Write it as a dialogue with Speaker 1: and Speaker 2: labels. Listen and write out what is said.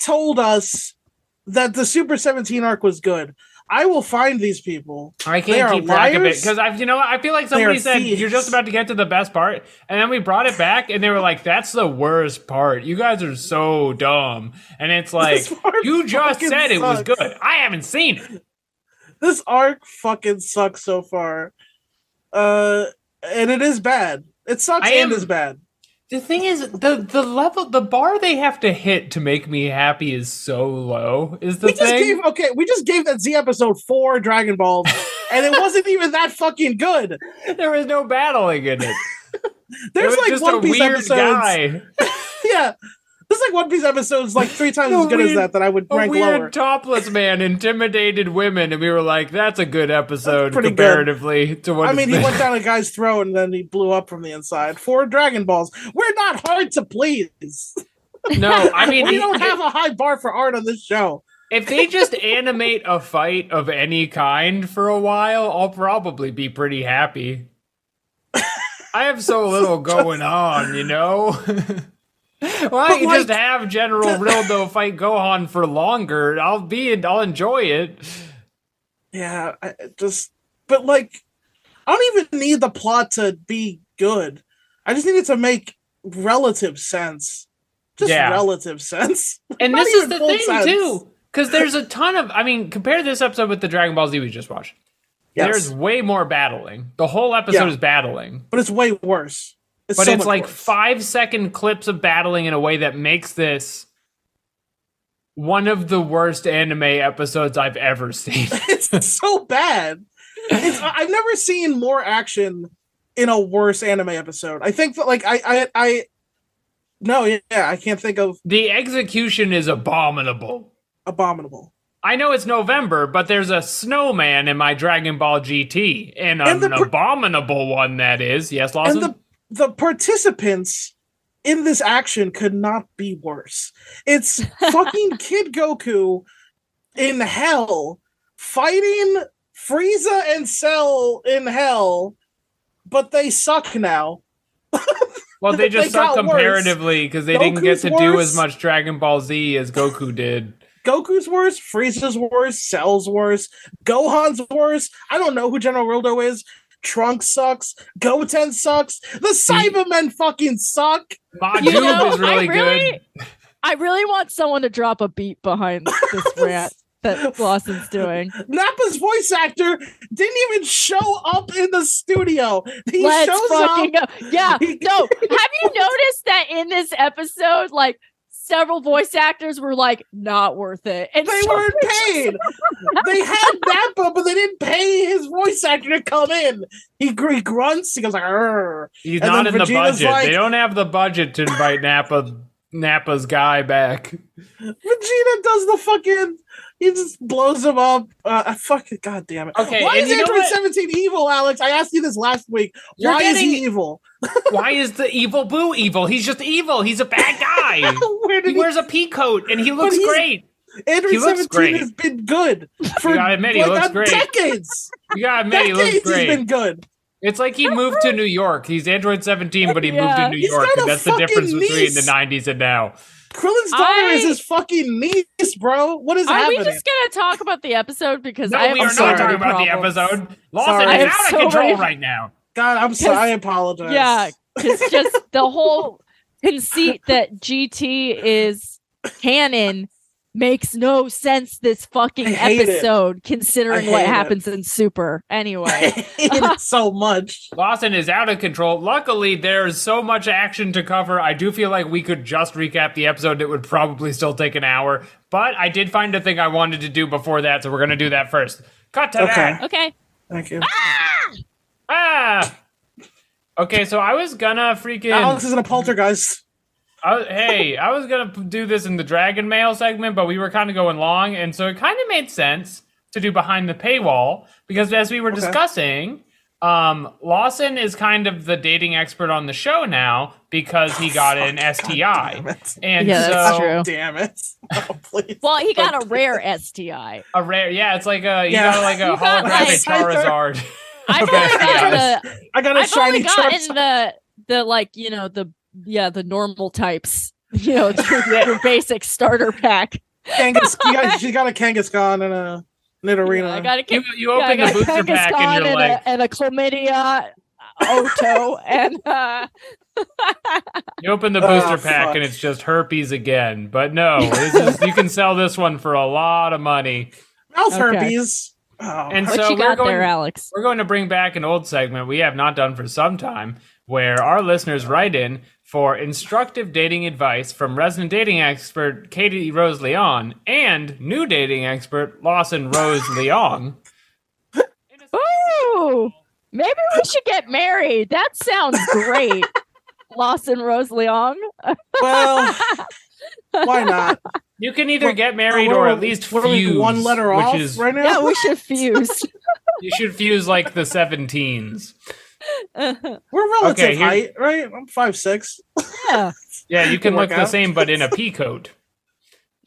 Speaker 1: told us that the Super 17 arc was good. I will find these people.
Speaker 2: I
Speaker 1: They
Speaker 2: can't
Speaker 1: are
Speaker 2: keep track of it
Speaker 1: liars.
Speaker 2: because I, you know, what? I feel like
Speaker 1: They are
Speaker 2: somebody said you're
Speaker 1: thieves.
Speaker 2: just about to get to the best part, and then we brought it back, and they were like, "That's the worst part. You guys are so dumb." And it's like,
Speaker 1: This part
Speaker 2: you just
Speaker 1: fucking
Speaker 2: said it was
Speaker 1: sucks.
Speaker 2: good. I haven't seen it.
Speaker 1: This arc fucking sucks so far. Uh and it is bad. It sucks
Speaker 2: I
Speaker 1: and
Speaker 2: am-
Speaker 1: is bad.
Speaker 2: The thing is, the the level, the bar they have to hit to make me happy is so low. Is the
Speaker 1: We just
Speaker 2: thing?
Speaker 1: gave okay, we just gave that Z episode four Dragon Ball, and it wasn't even that fucking good.
Speaker 2: there was no battling in it. it
Speaker 1: There's
Speaker 2: was
Speaker 1: like
Speaker 2: just
Speaker 1: One
Speaker 2: a
Speaker 1: Piece
Speaker 2: weird
Speaker 1: episodes.
Speaker 2: guy,
Speaker 1: Yeah. There's like One Piece episodes like three times
Speaker 2: A
Speaker 1: as good
Speaker 2: weird-
Speaker 1: as that that I would
Speaker 2: a
Speaker 1: rank
Speaker 2: weird
Speaker 1: lower.
Speaker 2: topless man intimidated women, and we were like, "That's a good episode
Speaker 1: pretty good.
Speaker 2: comparatively to what."
Speaker 1: I
Speaker 2: it's
Speaker 1: mean, he
Speaker 2: been."
Speaker 1: went down a guy's throat and then he blew up from the inside. Four Dragon Balls. We're not hard to please.
Speaker 2: No, I mean,
Speaker 1: we
Speaker 2: he-
Speaker 1: don't have a high bar for art on this show.
Speaker 2: if they just animate a fight of any kind for a while, I'll probably be pretty happy. I have so little going on, you know? Why don't you just
Speaker 1: like-
Speaker 2: have General Rildo fight Gohan for longer? I'll be I'll enjoy it.
Speaker 1: Yeah, I I just but like I don't even need the plot to be good. I just need it to make relative sense. Just
Speaker 2: Yeah.
Speaker 1: relative sense.
Speaker 2: And
Speaker 1: Not
Speaker 2: this is
Speaker 1: even
Speaker 2: the
Speaker 1: full
Speaker 2: thing
Speaker 1: sense.
Speaker 2: too, because there's a ton of. I mean, compare this episode with the Dragon Ball Z we just watched.
Speaker 1: Yes.
Speaker 2: There's way more battling. The whole episode
Speaker 1: Yeah.
Speaker 2: is battling.
Speaker 1: but it's way worse. It's
Speaker 2: but
Speaker 1: so
Speaker 2: it's
Speaker 1: much
Speaker 2: like
Speaker 1: worse.
Speaker 2: five second clips of battling in a way that makes this one of the worst anime episodes I've ever seen.
Speaker 1: It's so bad. It's, I- I've never seen more action in a worse anime episode. I think that like I I I no yeah I can't think of
Speaker 2: the execution is abominable.
Speaker 1: abominable.
Speaker 2: I know it's November, but there's a snowman in my Dragon Ball GT, and,
Speaker 1: And
Speaker 2: an
Speaker 1: the pr-
Speaker 2: abominable one that is. Yes,
Speaker 1: and
Speaker 2: Lawson.
Speaker 1: the the participants in this action could not be worse. It's fucking Kid Goku in hell fighting Frieza and Cell in hell, but they suck now.
Speaker 2: well, they
Speaker 1: they
Speaker 2: just suck
Speaker 1: got worse.
Speaker 2: comparatively because they didn't get
Speaker 1: Goku's
Speaker 2: to do
Speaker 1: worse.
Speaker 2: as much Dragon Ball Z as Goku did.
Speaker 1: Goku's worse, Frieza's worse, Cell's worse, Gohan's worse. I don't know who General Rildo is. Trunks sucks. Goten sucks. The Cybermen fucking suck.
Speaker 2: Majub
Speaker 3: You know,
Speaker 2: is really,
Speaker 3: I really,
Speaker 2: good.
Speaker 3: I really want someone to drop a beat behind this rant that Lawson's doing.
Speaker 1: Nappa's voice actor didn't even show up in the studio. He
Speaker 3: Let's
Speaker 1: shows up.
Speaker 3: fucking go. Yeah.
Speaker 1: He-
Speaker 3: No. Have you noticed that in this episode, like several voice actors were like, not worth it. And
Speaker 1: They
Speaker 3: so-
Speaker 1: weren't paid. they had Nappa, but they didn't pay his voice actor to come in. He, gr- he grunts. He goes like, "Arr."
Speaker 2: He's
Speaker 1: And
Speaker 2: not
Speaker 1: then
Speaker 2: in the
Speaker 1: Vegeta's
Speaker 2: budget.
Speaker 1: like-
Speaker 2: they don't have the budget to invite Napa Napa's guy back.
Speaker 1: Vegeta does the fucking. He just blows him up. Uh, I fucking god damn it.
Speaker 2: Okay,
Speaker 1: Why
Speaker 2: and
Speaker 1: is
Speaker 2: you know
Speaker 1: Android
Speaker 2: what?
Speaker 1: Seventeen evil, Alex? I asked you this last week.
Speaker 2: You're
Speaker 1: Why is he
Speaker 2: getting-
Speaker 1: evil?
Speaker 2: Why is the evil Boo evil? He's just evil. He's a bad guy.
Speaker 1: Where
Speaker 2: he
Speaker 1: did he?
Speaker 2: wears a pea coat and he looks
Speaker 1: he's-
Speaker 2: great.
Speaker 1: Android
Speaker 2: he looks
Speaker 1: Seventeen
Speaker 2: great.
Speaker 1: has been good for
Speaker 2: gotta admit, he
Speaker 1: like,
Speaker 2: looks
Speaker 1: uh,
Speaker 2: great.
Speaker 1: decades.
Speaker 2: You gotta admit, he looks
Speaker 1: decades
Speaker 2: great.
Speaker 1: he's been good.
Speaker 2: It's like he moved to New York. He's Android 17, but he moved
Speaker 3: Yeah.
Speaker 2: to New
Speaker 1: He's
Speaker 2: York,
Speaker 1: got
Speaker 2: and
Speaker 1: a
Speaker 2: that's the difference
Speaker 1: fucking
Speaker 2: between the
Speaker 1: niece.
Speaker 2: 90s and now.
Speaker 1: Krillin's daughter is
Speaker 3: I-
Speaker 1: his fucking niece, bro. What is
Speaker 3: Are we
Speaker 1: happening?
Speaker 3: just gonna talk about the episode? Because
Speaker 2: No,
Speaker 3: I have
Speaker 2: we are
Speaker 3: so
Speaker 2: not
Speaker 3: many
Speaker 2: talking about the
Speaker 3: problems.
Speaker 2: episode. Lawson
Speaker 1: Sorry. I
Speaker 2: is
Speaker 3: have
Speaker 2: out of
Speaker 3: so
Speaker 2: control
Speaker 3: many-
Speaker 2: right now.
Speaker 1: God, I'm sorry. I apologize.
Speaker 3: Yeah, because just the whole conceit that GT is canon makes no sense this fucking
Speaker 1: I hate it.
Speaker 3: episode, considering
Speaker 1: I
Speaker 3: what
Speaker 1: hate it.
Speaker 3: happens in Super.
Speaker 1: I
Speaker 3: Anyway,
Speaker 1: hate it so much.
Speaker 2: Lawson is out of control. Luckily, there's so much action to cover. I do feel like we could just recap the episode. It would probably still take an hour, but I did find a thing I wanted to do before that, so we're gonna do that first. Cut to
Speaker 1: Okay.
Speaker 2: that.
Speaker 3: okay.
Speaker 1: Thank you.
Speaker 2: Ah. Okay, so I was gonna freaking.
Speaker 1: Alex is in a poltergeist.
Speaker 2: I was- hey, I was gonna p- do this in the Dragon Mail segment, but we were kind of going long, and so it kind of made sense to do behind the paywall because as we were discussing, um, Lawson is kind of the dating expert on the show now because he got an STI,
Speaker 1: Damn it.
Speaker 2: and
Speaker 3: Yeah, that's
Speaker 2: so
Speaker 3: true.
Speaker 1: Damn it. Oh, please.
Speaker 3: Well, he got a rare STI.
Speaker 2: a rare, yeah, it's like a you
Speaker 1: Yeah.
Speaker 2: got like a
Speaker 3: You got, like-
Speaker 2: holographic Charizard.
Speaker 3: I've
Speaker 2: Okay.
Speaker 3: only gotten the
Speaker 1: I got a
Speaker 3: I've only
Speaker 1: shiny
Speaker 3: gotten
Speaker 1: chart.
Speaker 3: the the like you know the yeah the normal types. you know, it's your, your basic starter pack.
Speaker 1: Kangas, she got, she got a Kangaskhan and a Nidorina.
Speaker 3: I got a
Speaker 2: You,
Speaker 3: Kang-
Speaker 2: you
Speaker 3: yeah, I
Speaker 2: open
Speaker 3: got
Speaker 2: the
Speaker 3: a
Speaker 2: booster pack
Speaker 3: Kangaskhan
Speaker 2: and you're like,
Speaker 3: a, and a chlamydia,
Speaker 1: Oh,
Speaker 3: Oto, and uh,
Speaker 2: you open the
Speaker 1: Oh,
Speaker 2: booster pack
Speaker 1: fuck.
Speaker 2: and it's just herpes again. But no, this is, you can sell this one for a lot of money.
Speaker 1: mouth
Speaker 3: Okay.
Speaker 1: herpes. Oh,
Speaker 2: And
Speaker 3: what
Speaker 2: so
Speaker 3: you
Speaker 2: we're
Speaker 3: got
Speaker 2: going-
Speaker 3: there, Alex?
Speaker 2: We're going to bring back an old segment we have not done for some time where our listeners write in for instructive dating advice from resident dating expert Katie Rose Leon and new dating expert Lawson Rose Leon.
Speaker 3: Ooh, maybe we should get married. That sounds great. Lawson Rose Leong.
Speaker 1: well, why not?
Speaker 2: You can either
Speaker 1: We're-
Speaker 2: get married
Speaker 1: We're-
Speaker 2: or at least
Speaker 1: we're like
Speaker 2: fuse,
Speaker 1: one letter
Speaker 2: which
Speaker 1: off
Speaker 2: is
Speaker 1: right now.
Speaker 3: Yeah, we should fuse.
Speaker 2: you should fuse like the 17s.
Speaker 3: yeah.
Speaker 1: We're relative
Speaker 2: Okay, here-
Speaker 1: height, right? I'm five six.
Speaker 2: Yeah, you can
Speaker 1: Work
Speaker 2: look the
Speaker 1: out.
Speaker 2: same but in a pea coat.